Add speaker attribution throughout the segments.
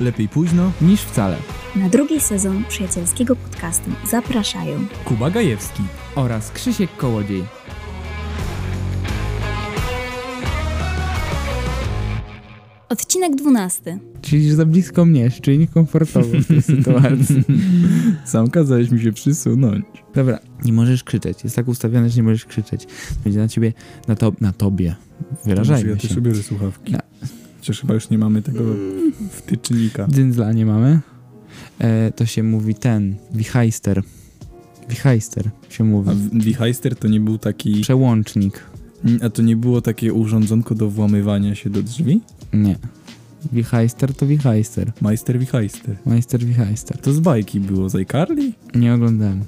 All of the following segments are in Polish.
Speaker 1: Lepiej późno niż wcale.
Speaker 2: Na drugi sezon przyjacielskiego podcastu zapraszają
Speaker 1: Kuba Gajewski oraz Krzysiek Kołodziej.
Speaker 2: odcinek 12.
Speaker 3: Siedzisz za blisko mnie, czyli niekomfortowo w tej sytuacji.
Speaker 1: Sam kazałeś mi się przysunąć.
Speaker 3: Dobra, nie możesz krzyczeć. Jest tak ustawione, że nie możesz krzyczeć. Będzie na ciebie, na, to, na tobie.
Speaker 1: ja
Speaker 3: Wyrażajmy
Speaker 1: też
Speaker 3: się.
Speaker 1: biorę słuchawki.
Speaker 3: Ja.
Speaker 1: Chociaż chyba już nie mamy tego wtycznika.
Speaker 3: Dyndzla nie mamy. E, to się mówi ten, wichajster. Wichajster się
Speaker 1: A
Speaker 3: mówi.
Speaker 1: w- Wichajster to nie był taki...
Speaker 3: Przełącznik.
Speaker 1: A to nie było takie urządzonko do włamywania się do drzwi?
Speaker 3: Nie. Wichajster to wichajster.
Speaker 1: Majster Wichajster.
Speaker 3: Majster wichajster.
Speaker 1: To z bajki było, z iCarly?
Speaker 3: Nie oglądałem.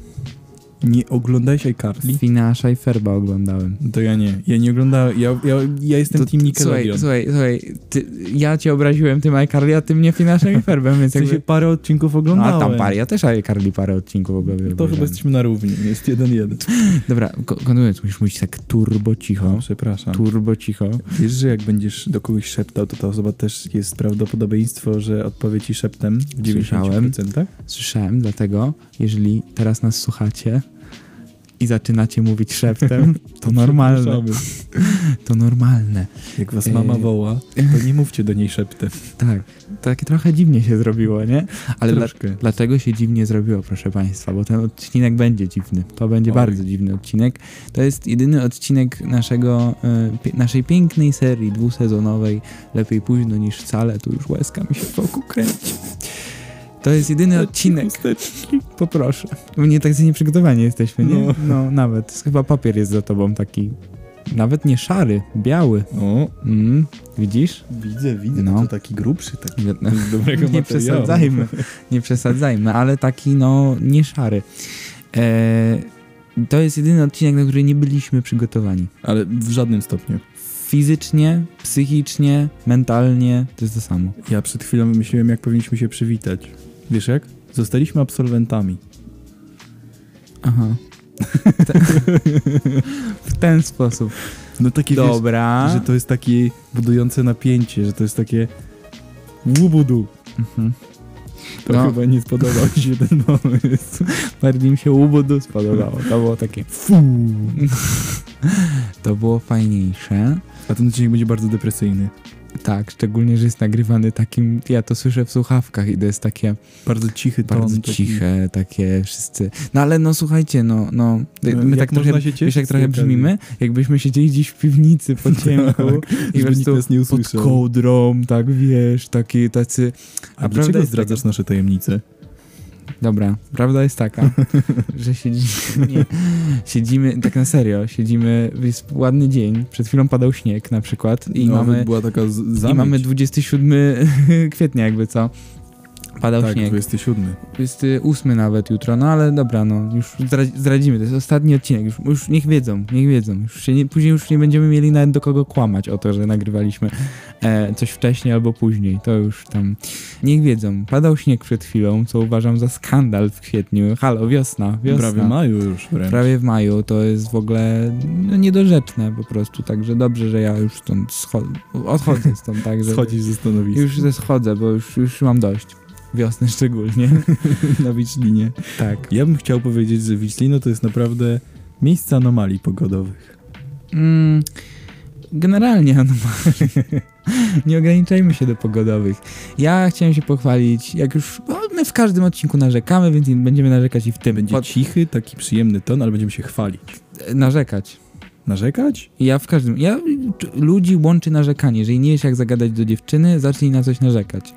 Speaker 1: Nie oglądałeś iCarly?
Speaker 3: Finasza i Ferba oglądałem.
Speaker 1: To ja nie. Ja nie oglądałem. Ja, ja, ja jestem
Speaker 3: To-
Speaker 1: Team
Speaker 3: Słuchaj,
Speaker 1: Nickelodeon.
Speaker 3: słuchaj, słuj, ty, ja cię obraziłem tym iCarly, a ty mnie Finaszem i Ferbem,
Speaker 1: W
Speaker 3: więc jakby... No,
Speaker 1: sensie parę odcinków oglądałem. No
Speaker 3: A tam parę, ja też iCarly parę odcinków oglądałem.
Speaker 1: To chyba jesteśmy na równi. Jest jeden jeden.
Speaker 3: Dobra, ko- kontynuując, musisz mówić tak turbo cicho.
Speaker 1: No, Przepraszam.
Speaker 3: Turbo cicho.
Speaker 1: Wiesz, że jak będziesz do kogoś szeptał, to ta osoba też jest prawdopodobieństwo, że odpowie ci szeptem w 90%?
Speaker 3: Słyszałem. Słyszałem, dlatego jeżeli teraz nas słuchacie i zaczynacie mówić szeptem, to normalne.
Speaker 1: Przepraszamy.
Speaker 3: To normalne.
Speaker 1: Jak was mama
Speaker 3: Yy.
Speaker 1: woła, to nie mówcie do niej szeptem.
Speaker 3: Tak. Takie trochę dziwnie się zrobiło, nie? Ale dla,
Speaker 1: Troszkę.
Speaker 3: dlaczego się dziwnie zrobiło, proszę Państwa? Bo ten odcinek będzie dziwny. To będzie
Speaker 1: Oj.
Speaker 3: bardzo dziwny odcinek. To jest jedyny odcinek naszego, e, pie, naszej pięknej serii dwusezonowej. Lepiej późno niż wcale. Tu już łezka mi się wokół kręci. To jest jedyny odcinek. Poproszę. Mnie tak nieprzygotowani jesteśmy, nie?
Speaker 1: No.
Speaker 3: No. nawet. Chyba papier jest za tobą taki. Nawet nie szary, biały.
Speaker 1: O,
Speaker 3: Mm, widzisz?
Speaker 1: widzę, widzę.
Speaker 3: No.
Speaker 1: No. To taki grubszy, taki z
Speaker 3: nie
Speaker 1: dobrego materiału.
Speaker 3: przesadzajmy, nie przesadzajmy, ale taki no nie szary. E, to jest jedyny odcinek, na który nie byliśmy przygotowani.
Speaker 1: Ale w żadnym stopniu.
Speaker 3: Fizycznie, psychicznie, mentalnie, to jest to samo.
Speaker 1: Ja przed chwilą myśliłem, jak powinniśmy się przywitać. Wiesz jak? Zostaliśmy absolwentami.
Speaker 3: Aha. w ten sposób.
Speaker 1: No taki wiesz,
Speaker 3: Dobra.
Speaker 1: że to jest takie budujące napięcie, że to jest takie łubudu.
Speaker 3: Mhm.
Speaker 1: To
Speaker 3: No.
Speaker 1: chyba nie spodobał ci się ten pomysł.
Speaker 3: Bardziej mi się łubudu spodobało. To było takie. To było fajniejsze.
Speaker 1: A ten odcinek będzie bardzo depresyjny.
Speaker 3: Tak, szczególnie, że jest nagrywany takim. Ja to słyszę w słuchawkach i to jest takie.
Speaker 1: Bardzo cichy ton.
Speaker 3: bardzo
Speaker 1: taki-
Speaker 3: ciche, takie wszyscy. No ale no słuchajcie, no, no my
Speaker 1: jak
Speaker 3: tak
Speaker 1: można
Speaker 3: trochę,
Speaker 1: się cieszyć
Speaker 3: wiesz, jak
Speaker 1: z
Speaker 3: trochę
Speaker 1: tej okazji?
Speaker 3: brzmimy, jakbyśmy siedzieli gdzieś w piwnicy po ciemku i po
Speaker 1: Żeby nikt
Speaker 3: prostu
Speaker 1: nas nie
Speaker 3: pod
Speaker 1: usłyszał.
Speaker 3: kołdrą, tak wiesz, taki, tacy.
Speaker 1: A,
Speaker 3: prawda
Speaker 1: dlaczego
Speaker 3: jest
Speaker 1: zdradzasz nasze tajemnice?
Speaker 3: Dobra, prawda jest taka, że siedzimy, nie, siedzimy, tak na serio, siedzimy, jest ładny dzień, przed chwilą padał śnieg na przykład i
Speaker 1: Nawet
Speaker 3: mamy,
Speaker 1: No, była taka z-
Speaker 3: i
Speaker 1: zamyć.
Speaker 3: mamy 27 kwietnia jakby co. Padał
Speaker 1: Tak,
Speaker 3: śnieg.
Speaker 1: 27.
Speaker 3: Jest y, ósmy nawet jutro, no ale dobra, no już zdra- zdradzimy, to jest ostatni odcinek, już, już niech wiedzą, niech wiedzą, już się nie, później już nie będziemy mieli nawet do kogo kłamać o to, że nagrywaliśmy e, coś wcześniej albo później, to już tam, niech wiedzą, padał śnieg przed chwilą, co uważam za skandal w kwietniu, halo, wiosna, wiosna.
Speaker 1: Prawie maju już wręcz.
Speaker 3: Prawie w maju, to jest w ogóle no, niedorzeczne po prostu, także dobrze, że ja już stąd scho- odchodzę stąd, tak, że
Speaker 1: Schodzisz ze stanowiska
Speaker 3: już ze schodzę, bo już, już mam dość. Wiosny szczególnie.
Speaker 1: na Wiczlinie.
Speaker 3: tak.
Speaker 1: Ja bym chciał powiedzieć, że Wiczlino to jest naprawdę miejsce anomalii pogodowych.
Speaker 3: Mm, generalnie anomalie. Nie ograniczajmy się do pogodowych. Ja chciałem się pochwalić, jak już no, my w każdym odcinku narzekamy, więc będziemy narzekać i w tym.
Speaker 1: Będzie
Speaker 3: Pod-
Speaker 1: cichy, taki przyjemny ton, ale będziemy się chwalić.
Speaker 3: narzekać.
Speaker 1: Narzekać?
Speaker 3: Ja w każdym. Ja c- ludzi łączy narzekanie. Jeżeli nie wiesz jak zagadać do dziewczyny, zacznij na coś narzekać.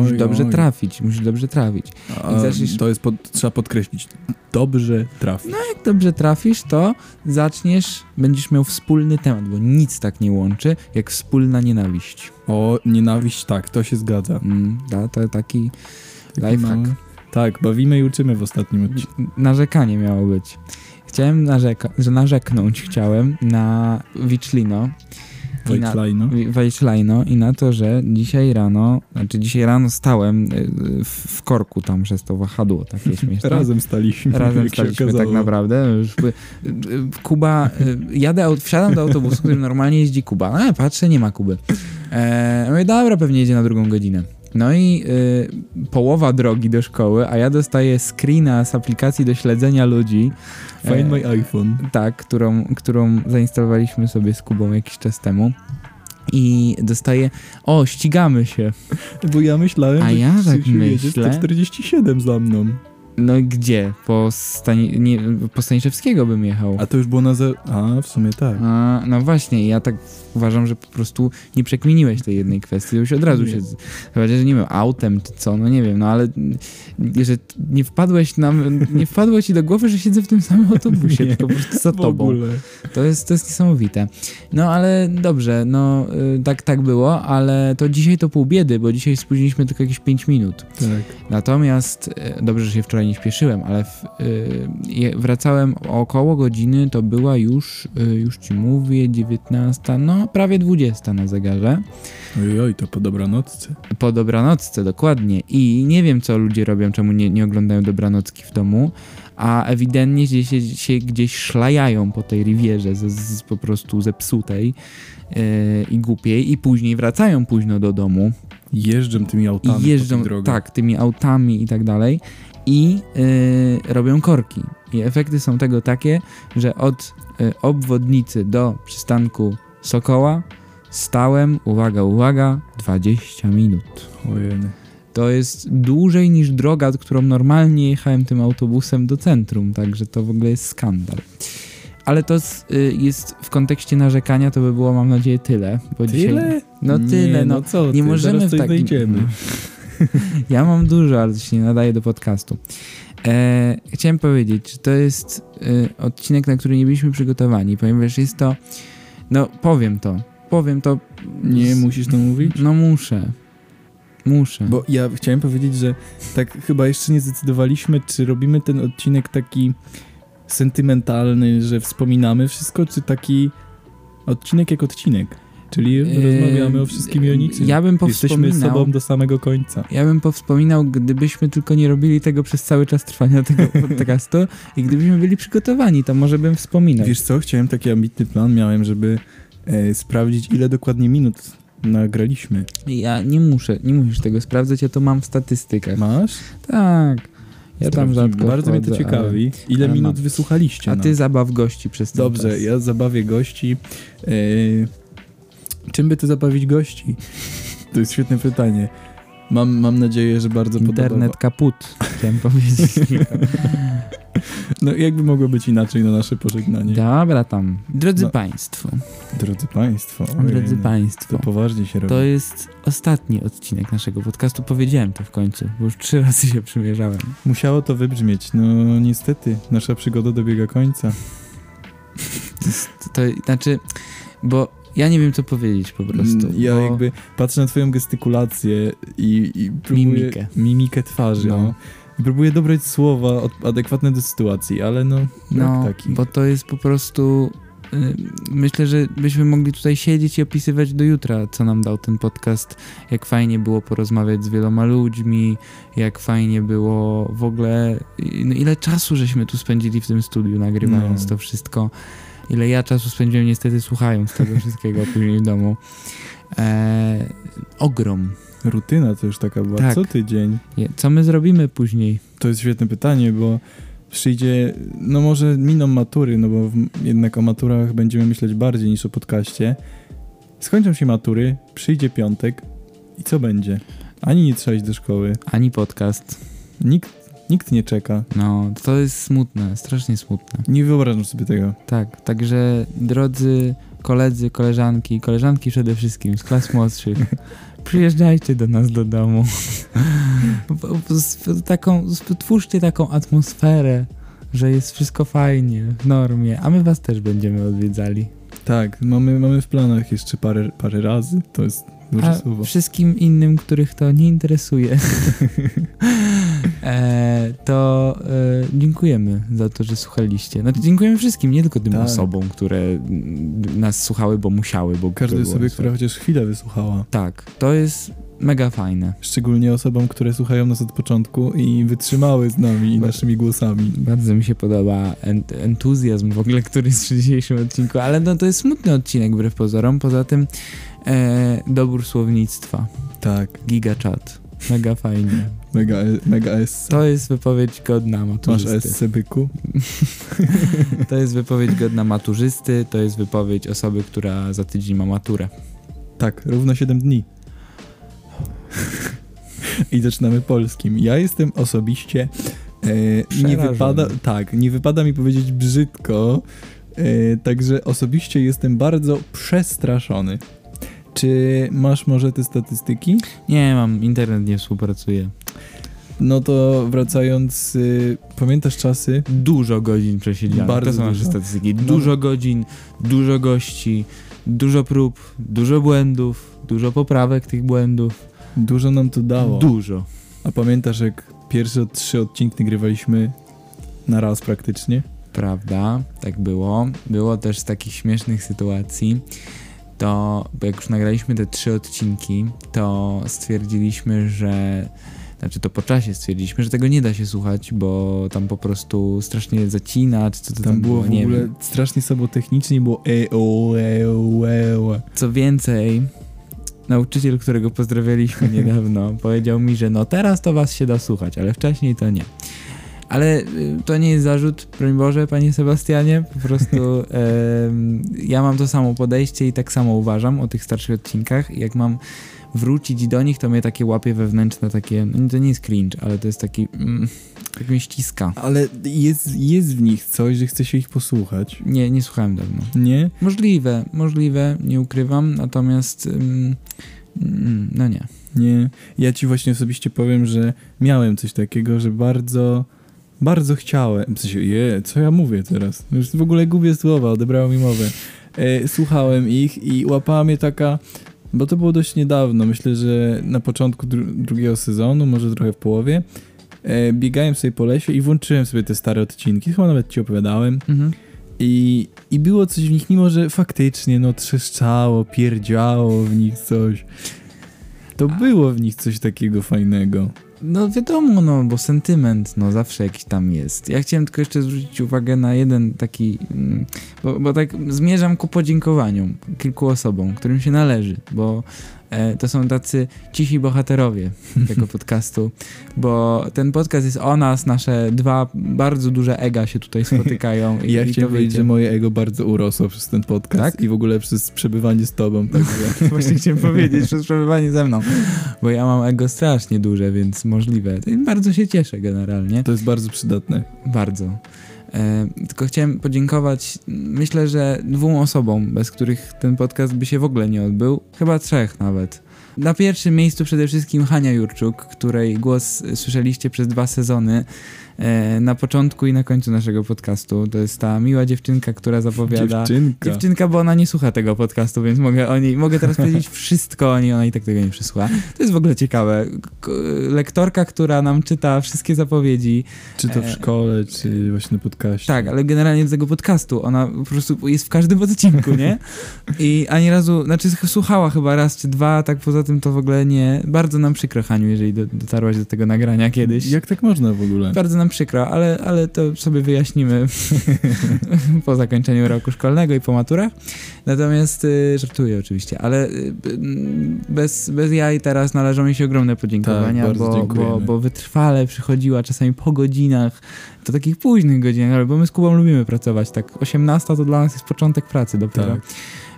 Speaker 3: musisz dobrze trafić, musisz dobrze trafić.
Speaker 1: A,
Speaker 3: I zaczniesz-
Speaker 1: To jest, pod, trzeba podkreślić, dobrze trafi.
Speaker 3: Jak dobrze trafisz, to zaczniesz, będziesz miał wspólny temat, bo nic tak nie łączy jak wspólna nienawiść.
Speaker 1: O, nienawiść, tak, to się zgadza.
Speaker 3: Mm, da, to taki
Speaker 1: Taki
Speaker 3: Lifehack.
Speaker 1: mały- Tak, bawimy i uczymy w ostatnim odcinku.
Speaker 3: narzekanie miało być. Chciałem narzeka- że narzeknąć chciałem na Wichlino i na,
Speaker 1: Wojtlajno.
Speaker 3: Wi- Wichlino i na to, że dzisiaj rano, znaczy dzisiaj rano stałem y, y, w, w korku tam przez to wahadło takie śmieszne.
Speaker 1: Razem staliśmy.
Speaker 3: Razem
Speaker 1: jak się
Speaker 3: staliśmy
Speaker 1: okazało.
Speaker 3: tak naprawdę. Już by, y, y, Kuba, y, jadę, aut- wsiadam do autobusu, którym normalnie jeździ Kuba. No, ale patrzę, nie ma Kuby. E, mówię, dobra, pewnie jedzie na drugą godzinę. No i y, połowa drogi do szkoły, a ja dostaję screena z aplikacji do śledzenia ludzi. e,
Speaker 1: Find my iPhone.
Speaker 3: tak, którą, którą zainstalowaliśmy sobie z Kubą jakiś czas temu. I dostaję, o, ścigamy się.
Speaker 1: Bo ja myślałem,
Speaker 3: A
Speaker 1: że
Speaker 3: ja tak
Speaker 1: Krzysiu jedzie
Speaker 3: myślę.
Speaker 1: 147 za mną.
Speaker 3: No i gdzie? Po, Stani- nie, po Staniszewskiego bym jechał.
Speaker 1: A to już było na ze... A, w sumie tak.
Speaker 3: A, no właśnie, ja tak uważam, że po prostu nie przekminiłeś tej jednej kwestii, już od razu
Speaker 1: Nie.
Speaker 3: się, z- chyba że nie wiem, autem czy co, no nie wiem, no ale m, że t- nie wpadłeś na, nie wpadło ci do głowy, że siedzę w tym samym autobusie,
Speaker 1: Nie,
Speaker 3: tylko po prostu za
Speaker 1: w
Speaker 3: tobą.
Speaker 1: ogóle.
Speaker 3: To jest, to jest niesamowite. No ale dobrze, no y, tak, tak było, ale to dzisiaj to pół biedy, bo dzisiaj spóźniliśmy tylko jakieś 5 minut.
Speaker 1: Tak.
Speaker 3: Natomiast, y, dobrze, że się wczoraj nie śpieszyłem, ale w, y, je- wracałem około godziny, to była już, y, już ci mówię, 19, no prawie 20 na zegarze.
Speaker 1: Ojoj, to po dobranocce.
Speaker 3: Po dobranocce, dokładnie. I nie wiem, co ludzie robią, czemu nie, nie oglądają dobranocki w domu, a ewidentnie się, się, się gdzieś szlajają po tej rivierze, z, z, po prostu zepsutej yy, i głupiej, i później wracają późno do domu
Speaker 1: Jeżdżą tymi
Speaker 3: i
Speaker 1: autami po
Speaker 3: jeżdżą
Speaker 1: tych drogach.
Speaker 3: tak, tymi autami i tak dalej i yy, robią korki. I efekty są tego takie, że od yy, obwodnicy do przystanku Sokoła stałem, uwaga, uwaga, 20 minut.
Speaker 1: Ojej. no.
Speaker 3: To jest dłużej niż droga, którą normalnie jechałem tym autobusem do centrum, także to w ogóle jest skandal. Ale to z, y, jest w kontekście narzekania, to by było, mam nadzieję, tyle. Bo Dzisiaj,
Speaker 1: Tyle?
Speaker 3: no tyle,
Speaker 1: nie,
Speaker 3: no.
Speaker 1: co
Speaker 3: nie
Speaker 1: ty,
Speaker 3: możemy
Speaker 1: zaraz
Speaker 3: w
Speaker 1: coś
Speaker 3: takim-
Speaker 1: znajdziemy.
Speaker 3: Ja mam dużo, ale to się nie nadaje do podcastu. E, chciałem powiedzieć, że to jest e, odcinek, na który nie byliśmy przygotowani, ponieważ jest to. No, powiem to. Powiem to.
Speaker 1: Nie
Speaker 3: z-
Speaker 1: musisz to mówić?
Speaker 3: No, muszę. Muszę.
Speaker 1: Bo ja chciałem powiedzieć, że tak chyba jeszcze nie zdecydowaliśmy, czy robimy ten odcinek taki sentymentalny, że wspominamy wszystko, czy taki odcinek jak odcinek. Czyli
Speaker 3: Yy,
Speaker 1: rozmawiamy o wszystkim i o niczym.
Speaker 3: Ja bym
Speaker 1: Jesteśmy
Speaker 3: powspominał.
Speaker 1: sobą do samego końca.
Speaker 3: Ja bym powspominał, gdybyśmy tylko nie robili tego przez cały czas trwania tego podcastu i gdybyśmy byli przygotowani, to może bym wspominał.
Speaker 1: Wiesz co, chciałem taki ambitny plan miałem, żeby e, sprawdzić ile dokładnie minut nagraliśmy.
Speaker 3: Ja nie muszę, nie musisz tego sprawdzać, ja to mam w statystykach.
Speaker 1: Masz?
Speaker 3: Tak. Ja tam
Speaker 1: Sprawdzimy.
Speaker 3: rzadko
Speaker 1: Bardzo mnie to
Speaker 3: wchodzę, ale-
Speaker 1: ciekawi. Ile
Speaker 3: ale
Speaker 1: minut
Speaker 3: mam.
Speaker 1: wysłuchaliście?
Speaker 3: A
Speaker 1: nas?
Speaker 3: ty zabaw gości przez ten czas.
Speaker 1: Dobrze, ja zabawię gości. Yy, czym by ty zabawić gości? To jest świetne pytanie. Mam, mam nadzieję, że bardzo
Speaker 3: Internet kaput, chciałem powiedzieć.
Speaker 1: podoba. No jakby mogło być inaczej na nasze pożegnanie.
Speaker 3: Dobra tam. Drodzy
Speaker 1: No.
Speaker 3: Państwo,
Speaker 1: Drodzy Państwo. ojej,
Speaker 3: drodzy
Speaker 1: no,
Speaker 3: Państwo,
Speaker 1: To poważnie się robi.
Speaker 3: to jest ostatni odcinek naszego podcastu. Powiedziałem to w końcu, bo już trzy razy się przymierzałem.
Speaker 1: Musiało to wybrzmieć. No niestety, nasza przygoda dobiega końca.
Speaker 3: To, to znaczy, bo ja nie wiem, co powiedzieć po prostu.
Speaker 1: Mm, ja
Speaker 3: bo...
Speaker 1: jakby patrzę na twoją gestykulację i, i próbuję...
Speaker 3: Mimikę.
Speaker 1: Mimikę twarzy,
Speaker 3: No.
Speaker 1: no. I Próbuję dobrać słowa od, adekwatne do sytuacji, ale no,
Speaker 3: No,
Speaker 1: brak takich.
Speaker 3: bo to jest po prostu. y, Myślę, że byśmy mogli tutaj siedzieć i opisywać do jutra, co nam dał ten podcast, jak fajnie było porozmawiać z wieloma ludźmi, jak fajnie było w ogóle, i- no ile czasu żeśmy tu spędzili w tym studiu nagrywając
Speaker 1: No.
Speaker 3: to wszystko, ile ja czasu spędziłem niestety słuchając tego wszystkiego później w domu. E, ogrom.
Speaker 1: Rutyna to już taka była
Speaker 3: Tak.
Speaker 1: co tydzień.
Speaker 3: Nie, Co my zrobimy później?
Speaker 1: To jest świetne pytanie, bo przyjdzie, no może miną matury, no bo w, jednak o maturach będziemy myśleć bardziej niż o podcaście. Skończą się matury, przyjdzie piątek i co będzie? Ani nie trzeba iść do szkoły,
Speaker 3: Ani podcast.
Speaker 1: nikt, nikt nie czeka.
Speaker 3: No, to jest smutne, strasznie smutne.
Speaker 1: Nie wyobrażam sobie tego.
Speaker 3: Tak, także drodzy koledzy, koleżanki, koleżanki przede wszystkim z klas młodszych, przyjeżdżajcie do nas do domu. Bo- bo sp- taką, sp- twórzcie taką atmosferę, że jest wszystko fajnie, w normie, a my was też będziemy odwiedzali.
Speaker 1: Tak, mamy, mamy w planach jeszcze parę, parę razy, to jest duże
Speaker 3: A
Speaker 1: słowo.
Speaker 3: wszystkim innym, których to nie interesuje, e, to e, dziękujemy za to, że słuchaliście. Znaczy, dziękujemy wszystkim, nie tylko tym
Speaker 1: Tak.
Speaker 3: osobom, które mm, nas słuchały, bo musiały, bo
Speaker 1: Każdej
Speaker 3: było
Speaker 1: osobie,
Speaker 3: słuchać.
Speaker 1: która chociaż chwilę wysłuchała.
Speaker 3: Tak, to jest mega fajne.
Speaker 1: Szczególnie osobom, które słuchają nas od początku i wytrzymały z nami i naszymi głosami.
Speaker 3: Bardzo mi się podoba ent- entuzjazm w ogóle, który jest przy dzisiejszym odcinku, ale no to jest smutny odcinek wbrew pozorom. Poza tym e, dobór słownictwa,
Speaker 1: Tak.
Speaker 3: gigachat. Mega fajnie.
Speaker 1: Mega, mega SC.
Speaker 3: To jest wypowiedź godna
Speaker 1: Masz
Speaker 3: maturzysty.
Speaker 1: SC byku?
Speaker 3: To jest wypowiedź godna maturzysty, to jest wypowiedź osoby, która za tydzień ma maturę.
Speaker 1: Tak, równo 7 dni. I zaczynamy polskim. Ja jestem osobiście. E, nie
Speaker 3: Przerażony.
Speaker 1: wypada. Tak, nie wypada mi powiedzieć brzydko. E, także osobiście jestem bardzo przestraszony. Czy masz może te statystyki?
Speaker 3: Nie mam, internet nie współpracuje.
Speaker 1: No to wracając, y, pamiętasz czasy?
Speaker 3: Dużo godzin przesiedzianych,
Speaker 1: Bardzo
Speaker 3: to są nasze
Speaker 1: dużo. No.
Speaker 3: statystyki. Dużo godzin, dużo gości, dużo prób, dużo błędów, dużo poprawek tych błędów.
Speaker 1: Dużo nam to dało.
Speaker 3: Dużo.
Speaker 1: A pamiętasz, jak pierwsze trzy odcinki nagrywaliśmy na raz praktycznie?
Speaker 3: Prawda, tak było. Było też z takich śmiesznych sytuacji. To bo jak już nagraliśmy te trzy odcinki, to stwierdziliśmy, że. Znaczy to po czasie stwierdziliśmy, że tego nie da się słuchać, bo tam po prostu strasznie zacina, czy co to
Speaker 1: Tam, było w
Speaker 3: nie
Speaker 1: ogóle
Speaker 3: wiem.
Speaker 1: strasznie słabo technicznie, było e o e o e o.
Speaker 3: Co więcej, nauczyciel, którego pozdrawialiśmy niedawno, powiedział mi, że no teraz to was się da słuchać, ale wcześniej to nie. Ale y, to nie jest zarzut, broń Boże, panie Sebastianie. Po prostu em, ja mam to samo podejście i tak samo uważam o tych starszych odcinkach. Jak mam wrócić do nich, to mnie takie łapie wewnętrzne, takie. No to nie jest cringe, ale to jest taki. Mm, tak mnie ściska.
Speaker 1: Ale jest, jest w nich coś, że chce się ich posłuchać.
Speaker 3: Nie, nie słuchałem dawno.
Speaker 1: Nie?
Speaker 3: Możliwe, możliwe, nie ukrywam, natomiast. ym, mm, no nie.
Speaker 1: Nie. Ja ci właśnie osobiście powiem, że miałem coś takiego, że bardzo, bardzo chciałem. W sensie, je, co ja mówię teraz? No Już w ogóle gubię słowa, odebrało mi mowę. E, słuchałem ich i łapała mnie taka, bo to było dość niedawno, myślę, że na początku dru- drugiego sezonu, może trochę w połowie. E, biegałem sobie po lesie i włączyłem sobie te stare odcinki, chyba nawet ci opowiadałem.
Speaker 3: Mhm.
Speaker 1: I, I było coś w nich, mimo że faktycznie no trzeszczało, pierdziało w nich coś. To było w nich coś takiego fajnego.
Speaker 3: No wiadomo, no, bo sentyment, no zawsze jakiś tam jest. Ja chciałem tylko jeszcze zwrócić uwagę na jeden taki, mm, bo, bo tak zmierzam ku podziękowaniom kilku osobom, którym się należy, bo e, to są tacy cisi bohaterowie tego podcastu, bo ten podcast jest o nas, nasze dwa bardzo duże ega się tutaj spotykają.
Speaker 1: I ja
Speaker 3: to
Speaker 1: chciałem powiedzieć,
Speaker 3: wyjdzie.
Speaker 1: że moje ego bardzo urosło przez ten podcast
Speaker 3: Tak?
Speaker 1: i w ogóle przez przebywanie z tobą. tak Także.
Speaker 3: Właśnie chciałem powiedzieć, przez przebywanie ze mną, bo ja mam ego strasznie duże, więc możliwe. I Bardzo się cieszę generalnie.
Speaker 1: To jest bardzo przydatne.
Speaker 3: Bardzo. E, tylko chciałem podziękować, myślę, że dwóm osobom, bez których ten podcast by się w ogóle nie odbył, chyba trzech nawet. Na pierwszym miejscu przede wszystkim Hania Jurczuk, której głos słyszeliście przez dwa sezony e, na początku i na końcu naszego podcastu. To jest ta miła dziewczynka, która zapowiada.
Speaker 1: Dziewczynka.
Speaker 3: Dziewczynka, bo ona nie słucha tego podcastu, więc mogę o niej, mogę teraz powiedzieć wszystko o niej, ona i tak tego nie przesłucha. To jest w ogóle ciekawe. K- lektorka, która nam czyta wszystkie zapowiedzi,
Speaker 1: Czy to w
Speaker 3: e,
Speaker 1: szkole, czy właśnie na podcaście.
Speaker 3: tak, ale generalnie z tego podcastu. Ona po prostu jest w każdym odcinku, nie? I ani razu, znaczy słuchała chyba raz czy dwa, tak poza tym to w ogóle nie. Bardzo nam przykro, Haniu, jeżeli do, dotarłaś do tego nagrania kiedyś.
Speaker 1: Jak tak można w ogóle?
Speaker 3: Bardzo nam przykro, ale, ale to sobie wyjaśnimy po zakończeniu roku szkolnego i po maturach. Natomiast y, żartuję oczywiście, ale y, mm, bez, bez jaj teraz należą mi się ogromne podziękowania,
Speaker 1: Tak, bardzo
Speaker 3: bo, bo,
Speaker 1: dziękujemy.
Speaker 3: bo wytrwale przychodziła czasami po godzinach, to takich późnych godzinach, ale bo my z Kubą lubimy pracować, tak 18 to dla nas jest początek pracy dopiero.
Speaker 1: Tak.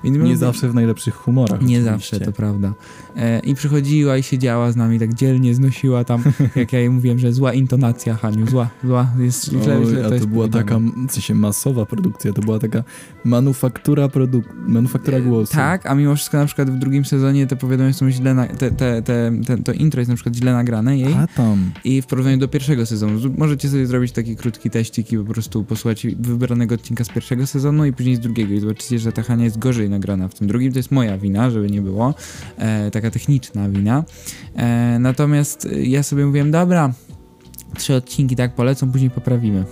Speaker 3: Więc my
Speaker 1: Nie
Speaker 3: lubi-
Speaker 1: zawsze w najlepszych humorach.
Speaker 3: nie
Speaker 1: oczywiście.
Speaker 3: zawsze, to prawda. E, I przychodziła i siedziała z nami, tak dzielnie znosiła tam, jak ja jej mówiłem, że zła intonacja, Haniu, zła, zła, jest źle, źle,
Speaker 1: Oj, a to,
Speaker 3: jest
Speaker 1: była
Speaker 3: powiedziane.
Speaker 1: taka, w sensie masowa produkcja, to była taka manufaktura produk- manufaktura głosu.
Speaker 3: Tak, a mimo wszystko na przykład w drugim sezonie te powiadomienia są źle, na, te, te, te, te, to intro jest na przykład źle nagrane jej
Speaker 1: A tam.
Speaker 3: i w porównaniu do pierwszego sezonu, z- możecie sobie zrobić taki krótki teścik i po prostu posłuchać wybranego odcinka z pierwszego sezonu i później z drugiego i zobaczycie, że ta Hania jest gorzej nagrana. W tym drugim to jest moja wina, żeby nie było, e, taka techniczna wina. E, natomiast e, ja sobie mówiłem, dobra, trzy odcinki tak polecą, później poprawimy.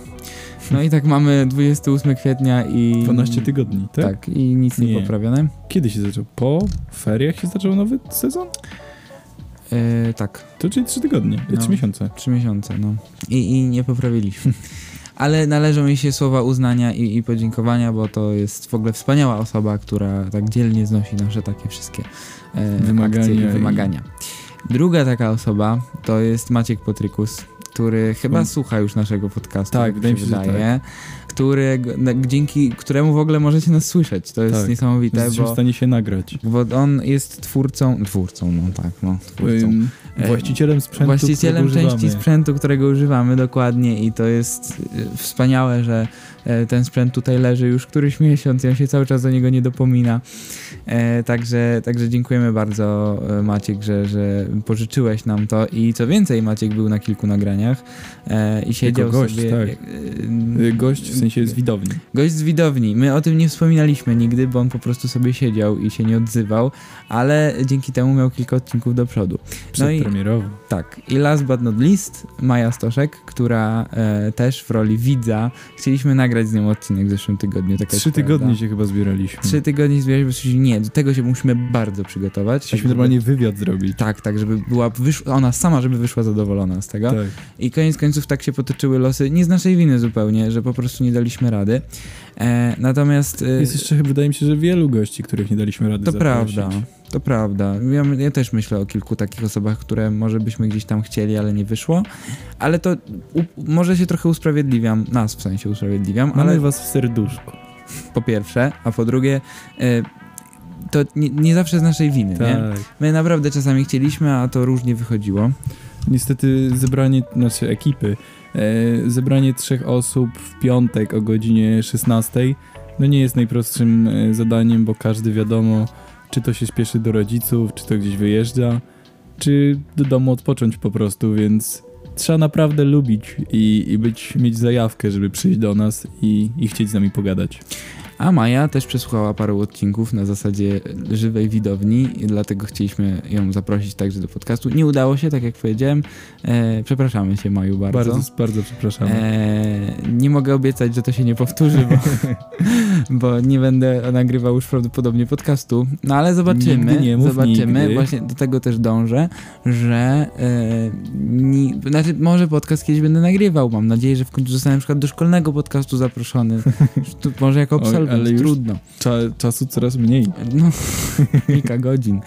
Speaker 3: No i tak mamy 28 kwietnia i...
Speaker 1: 12 tygodni, tak?
Speaker 3: Tak, i nic nie,
Speaker 1: Nie.
Speaker 3: poprawione.
Speaker 1: Kiedy się zaczął? Po feriach się zaczął nowy sezon?
Speaker 3: E, tak.
Speaker 1: To czyli 3 tygodnie,
Speaker 3: No.
Speaker 1: 3 miesiące.
Speaker 3: Trzy miesiące, no. I, i nie poprawiliśmy. Ale należą mi się słowa uznania i, i podziękowania, bo to jest w ogóle wspaniała osoba, która tak dzielnie znosi nasze takie wszystkie e,
Speaker 1: Wymagania
Speaker 3: akcje i
Speaker 1: i-
Speaker 3: wymagania. Druga taka osoba to jest Maciek Potrykus, który chyba
Speaker 1: Um.
Speaker 3: słucha już naszego podcastu.
Speaker 1: Tak,
Speaker 3: jak
Speaker 1: wydaje mi się, że tak.
Speaker 3: Który, na- dzięki któremu w ogóle możecie nas słyszeć. To jest
Speaker 1: Tak.
Speaker 3: niesamowite,
Speaker 1: Jesteśmy tak- w
Speaker 3: bo,
Speaker 1: stanie się nagrać.
Speaker 3: bo on jest twórcą, twórcą, no tak, no, twórcą.
Speaker 1: Ym,
Speaker 3: E,
Speaker 1: Właścicielem sprzętu,
Speaker 3: właścicielem
Speaker 1: którego
Speaker 3: części
Speaker 1: używamy.
Speaker 3: sprzętu, którego używamy dokładnie i to jest y, wspaniałe, że e, ten sprzęt tutaj leży już któryś miesiąc i on się cały czas do niego nie dopomina. E, Także, także dziękujemy bardzo e, Maciek, że, że pożyczyłeś nam to i co więcej Maciek był na kilku nagraniach e, i siedział
Speaker 1: gość,
Speaker 3: sobie...
Speaker 1: tak.
Speaker 3: e,
Speaker 1: Y, Gość w sensie z widowni.
Speaker 3: Gość z widowni. My o tym nie wspominaliśmy nigdy, bo on po prostu sobie siedział i się nie odzywał, ale dzięki temu miał kilka odcinków do przodu. No i-
Speaker 1: Przedpremierowo.
Speaker 3: Tak, i last but not least, Maja Stoszek, która e, też w roli widza, chcieliśmy nagrać z nią odcinek w zeszłym tygodniu. Taka
Speaker 1: Trzy
Speaker 3: jest prawda.
Speaker 1: tygodnie się chyba zbieraliśmy.
Speaker 3: Trzy tygodnie zbieraliśmy, bo nie, do tego się musimy bardzo przygotować.
Speaker 1: Chcieliśmy
Speaker 3: żeby-
Speaker 1: normalnie wywiad zrobić.
Speaker 3: Tak, tak, żeby była, wyszła, ona sama, żeby wyszła zadowolona z tego.
Speaker 1: Tak.
Speaker 3: I koniec końców tak się potoczyły losy, nie z naszej winy zupełnie, że po prostu nie daliśmy rady. E, natomiast... e,
Speaker 1: Jest jeszcze, wydaje mi się, że wielu gości, których nie daliśmy rady
Speaker 3: to
Speaker 1: zaprosić.
Speaker 3: prawda, to prawda. Ja, ja też myślę o kilku takich osobach, które może byśmy gdzieś tam chcieli, ale nie wyszło. Ale to u, może się trochę usprawiedliwiam, nas w sensie usprawiedliwiam,
Speaker 1: Mamy
Speaker 3: ale
Speaker 1: No was w serduszku.
Speaker 3: po pierwsze, a po drugie, e, to nie, nie zawsze z naszej winy, nie?
Speaker 1: Tak.
Speaker 3: My naprawdę czasami chcieliśmy, a to różnie wychodziło.
Speaker 1: Niestety zebranie, znaczy ekipy, e, zebranie trzech osób w piątek o godzinie 16 no nie jest najprostszym e, zadaniem, bo każdy wiadomo, czy to się śpieszy do rodziców, czy to gdzieś wyjeżdża, czy do domu odpocząć po prostu, więc trzeba naprawdę lubić i, i być, mieć zajawkę, żeby przyjść do nas i, i chcieć z nami pogadać.
Speaker 3: A Maja też przesłuchała parę odcinków na zasadzie żywej widowni, i dlatego chcieliśmy ją zaprosić także do podcastu. Nie udało się, tak jak powiedziałem. E, przepraszamy się, Maju,
Speaker 1: Bardzo, bardzo, przepraszam.
Speaker 3: Eee, nie mogę obiecać, że to się nie powtórzy, bo, bo nie będę nagrywał już prawdopodobnie podcastu. No ale zobaczymy.
Speaker 1: Nigdy nie mów
Speaker 3: zobaczymy.
Speaker 1: nigdy.
Speaker 3: Właśnie do tego też dążę, że eee, ni, znaczy może podcast kiedyś będę nagrywał. Mam nadzieję, że w końcu zostanę na przykład do szkolnego podcastu zaproszony. Tu może jako
Speaker 1: Oj,
Speaker 3: absolwent,
Speaker 1: ale już-
Speaker 3: trudno.
Speaker 1: Cza, czasu coraz mniej.
Speaker 3: No, kilka godzin.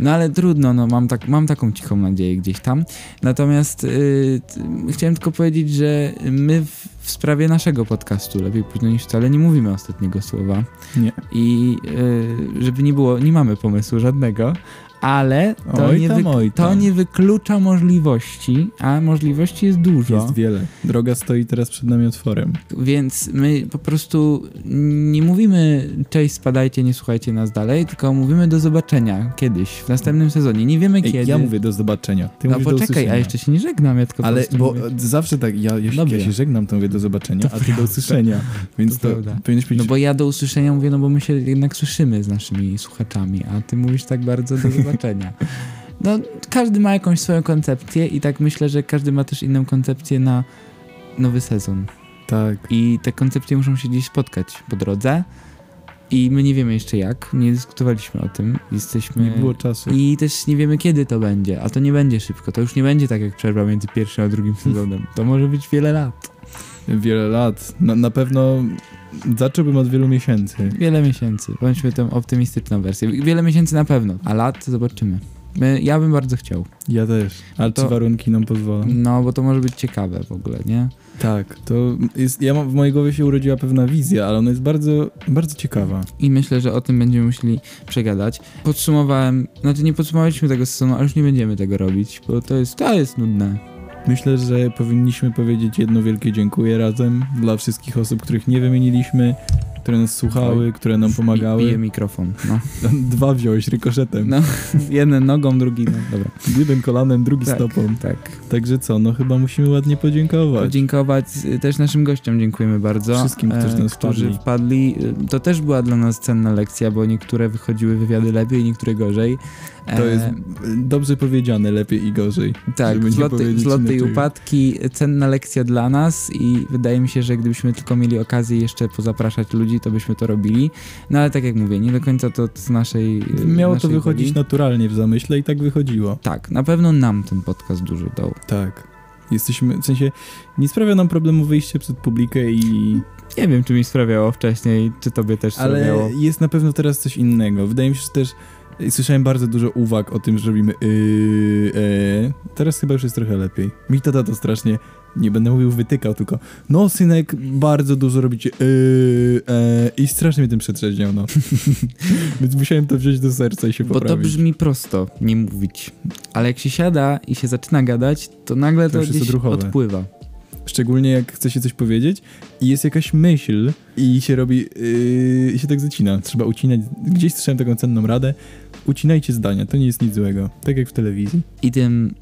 Speaker 3: No ale trudno, no mam, tak, mam taką cichą nadzieję gdzieś tam. Natomiast y, t- chciałem tylko powiedzieć, że my w, w sprawie naszego podcastu, lepiej późno niż wcale, nie mówimy ostatniego słowa.
Speaker 1: Nie.
Speaker 3: I y, żeby nie było, nie mamy pomysłu żadnego, ale to,
Speaker 1: Oj
Speaker 3: nie,
Speaker 1: tam,
Speaker 3: wyk-
Speaker 1: oj
Speaker 3: to
Speaker 1: tam.
Speaker 3: nie wyklucza możliwości, a możliwości jest dużo.
Speaker 1: Jest wiele. Droga stoi teraz przed nami otworem.
Speaker 3: Więc my po prostu nie mówimy cześć, spadajcie, nie słuchajcie nas dalej, tylko mówimy do zobaczenia kiedyś, w następnym sezonie. Nie wiemy
Speaker 1: Ej,
Speaker 3: kiedy.
Speaker 1: ja mówię do zobaczenia. Ty
Speaker 3: no
Speaker 1: mówisz do
Speaker 3: poczekaj,
Speaker 1: usłyszenia.
Speaker 3: a jeszcze się nie żegnam, ja tylko
Speaker 1: Ale
Speaker 3: po prostu
Speaker 1: bo
Speaker 3: mówię. No
Speaker 1: e, zawsze tak, ja, ja, się-
Speaker 3: Dobrze.
Speaker 1: ja się żegnam, to mówię do zobaczenia, a ty do usłyszenia. Więc to,
Speaker 3: To prawda.
Speaker 1: powinieneś powiedzieć,
Speaker 3: No bo ja do usłyszenia mówię, no bo my się jednak słyszymy z naszymi słuchaczami, a ty mówisz tak bardzo do zobaczenia. No, każdy ma jakąś swoją koncepcję i tak myślę, że każdy ma też inną koncepcję na nowy sezon.
Speaker 1: tak,
Speaker 3: I te koncepcje muszą się gdzieś spotkać po drodze. I my nie wiemy jeszcze jak, nie dyskutowaliśmy o tym, jesteśmy...
Speaker 1: nie było czasu.
Speaker 3: I też nie wiemy kiedy to będzie, a to nie będzie szybko, to już nie będzie tak jak przerwa między pierwszym a drugim sezonem. To może być wiele lat,
Speaker 1: Wiele lat. Na, na pewno zacząłbym od wielu miesięcy.
Speaker 3: wiele miesięcy, bądźmy tą optymistyczną wersję. Wiele miesięcy na pewno, a lat zobaczymy. My- Ja bym bardzo chciał.
Speaker 1: Ja też. Ale
Speaker 3: To-
Speaker 1: czy warunki nam pozwolą?
Speaker 3: No, bo to może być ciekawe w ogóle, nie?
Speaker 1: Tak, to jest, ja mam, w mojej głowie się urodziła pewna wizja, ale ona jest bardzo, bardzo ciekawa.
Speaker 3: I myślę, że o tym będziemy musieli przegadać. Podsumowałem, znaczy nie podsumowaliśmy tego sezonu, ale już nie będziemy tego robić, bo to jest, to jest nudne.
Speaker 1: Myślę, że powinniśmy powiedzieć jedno wielkie dziękuję razem dla wszystkich osób, których nie wymieniliśmy, które nas słuchały, które nam
Speaker 3: I, bije
Speaker 1: pomagały.
Speaker 3: mikrofon, no.
Speaker 1: Dwa wziąłeś rykoszetem.
Speaker 3: No, jeden nogą, drugi, no, dobra.
Speaker 1: Jeden kolanem, drugi
Speaker 3: Tak.
Speaker 1: stopą.
Speaker 3: Tak.
Speaker 1: Także co, no chyba musimy ładnie podziękować.
Speaker 3: Podziękować y, też naszym gościom, dziękujemy bardzo.
Speaker 1: Wszystkim, którzy
Speaker 3: e,
Speaker 1: nas
Speaker 3: którzy
Speaker 1: wpadli.
Speaker 3: wpadli. Y, To też była dla nas cenna lekcja, bo niektóre wychodziły wywiady lepiej, niektóre gorzej. E,
Speaker 1: To jest e, dobrze powiedziane, lepiej i gorzej.
Speaker 3: tak,
Speaker 1: żeby nie
Speaker 3: zloty,
Speaker 1: powiedzieć
Speaker 3: zloty i
Speaker 1: inaczej.
Speaker 3: upadki, cenna lekcja dla nas i wydaje mi się, że gdybyśmy tylko mieli okazję jeszcze pozapraszać ludzi, to byśmy to robili. No ale tak jak mówię, nie do końca to z naszej. y,
Speaker 1: Miało to
Speaker 3: naszej
Speaker 1: wychodzić
Speaker 3: woli.
Speaker 1: naturalnie w zamyśle i tak wychodziło.
Speaker 3: Tak, na pewno nam ten podcast dużo dał.
Speaker 1: Tak. Jesteśmy, w sensie, nie sprawia nam problemu wyjście przed publikę i...
Speaker 3: Nie wiem, czy mi sprawiało wcześniej, czy tobie też sprawiało.
Speaker 1: Ale jest na pewno teraz coś innego. Wydaje mi się, że też I słyszałem bardzo dużo uwag o tym, że robimy yy, e. Teraz chyba już jest trochę lepiej. Mi tata to strasznie, nie będę mówił wytykał, tylko no synek, bardzo dużo robicie yy, e. i strasznie mnie tym przetrzeźniał, no. Więc musiałem to wziąć do serca i się
Speaker 3: Bo
Speaker 1: poprawić.
Speaker 3: to brzmi prosto, nie mówić. Ale jak się siada i się zaczyna gadać, to nagle
Speaker 1: To
Speaker 3: to,
Speaker 1: już jest
Speaker 3: gdzieś
Speaker 1: odruchowe.
Speaker 3: odpływa.
Speaker 1: Szczególnie jak chce się coś powiedzieć i jest jakaś myśl i się robi, yy, i się tak zacina. Trzeba ucinać, gdzieś słyszałem taką cenną radę, ucinajcie zdania, to nie jest nic złego. Tak jak w telewizji.
Speaker 3: I tym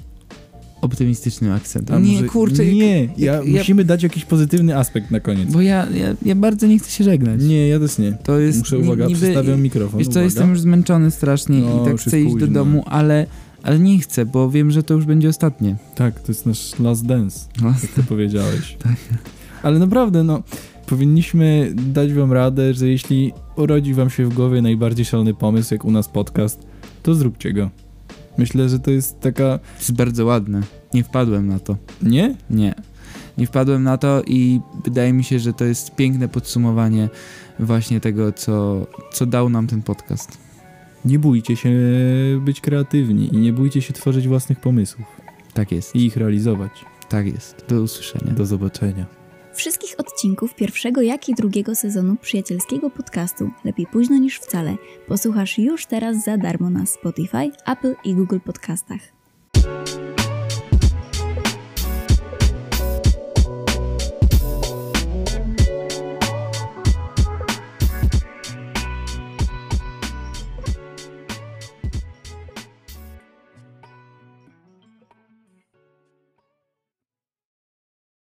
Speaker 3: optymistycznym akcentem.
Speaker 1: A
Speaker 3: nie,
Speaker 1: może-
Speaker 3: kurczę,
Speaker 1: Nie, ja,
Speaker 3: ja-
Speaker 1: musimy dać jakiś pozytywny aspekt na koniec.
Speaker 3: bo ja, ja, ja bardzo nie chcę się żegnać.
Speaker 1: Nie, ja też nie.
Speaker 3: To jest
Speaker 1: Muszę,
Speaker 3: ni-
Speaker 1: uwaga,
Speaker 3: niby,
Speaker 1: przystawiam mikrofon.
Speaker 3: Wiesz co,
Speaker 1: uwaga.
Speaker 3: jestem już zmęczony strasznie
Speaker 1: No,
Speaker 3: i tak
Speaker 1: już
Speaker 3: chcę
Speaker 1: jest
Speaker 3: iść do
Speaker 1: późno.
Speaker 3: domu, ale, ale nie chcę, bo wiem, że to już będzie ostatnie.
Speaker 1: Tak, to jest nasz last dance,
Speaker 3: No,
Speaker 1: jak ty powiedziałeś.
Speaker 3: Tak.
Speaker 1: Ale naprawdę, no, powinniśmy dać wam radę, że jeśli urodzi wam się w głowie najbardziej szalony pomysł, jak u nas podcast, to zróbcie go. Myślę, że to jest taka...
Speaker 3: to jest bardzo ładne. Nie wpadłem na to.
Speaker 1: Nie?
Speaker 3: Nie. Nie wpadłem na to i wydaje mi się, że to jest piękne podsumowanie właśnie tego, co, co dał nam ten podcast.
Speaker 1: Nie bójcie się być kreatywni i nie bójcie się tworzyć własnych pomysłów
Speaker 3: Tak jest.
Speaker 1: i ich realizować.
Speaker 3: Tak jest. Do usłyszenia.
Speaker 1: Do zobaczenia.
Speaker 2: Wszystkich odcinków pierwszego, jak i drugiego sezonu przyjacielskiego podcastu Lepiej późno niż wcale posłuchasz już teraz za darmo na Spotify, Apple i Google Podcastach.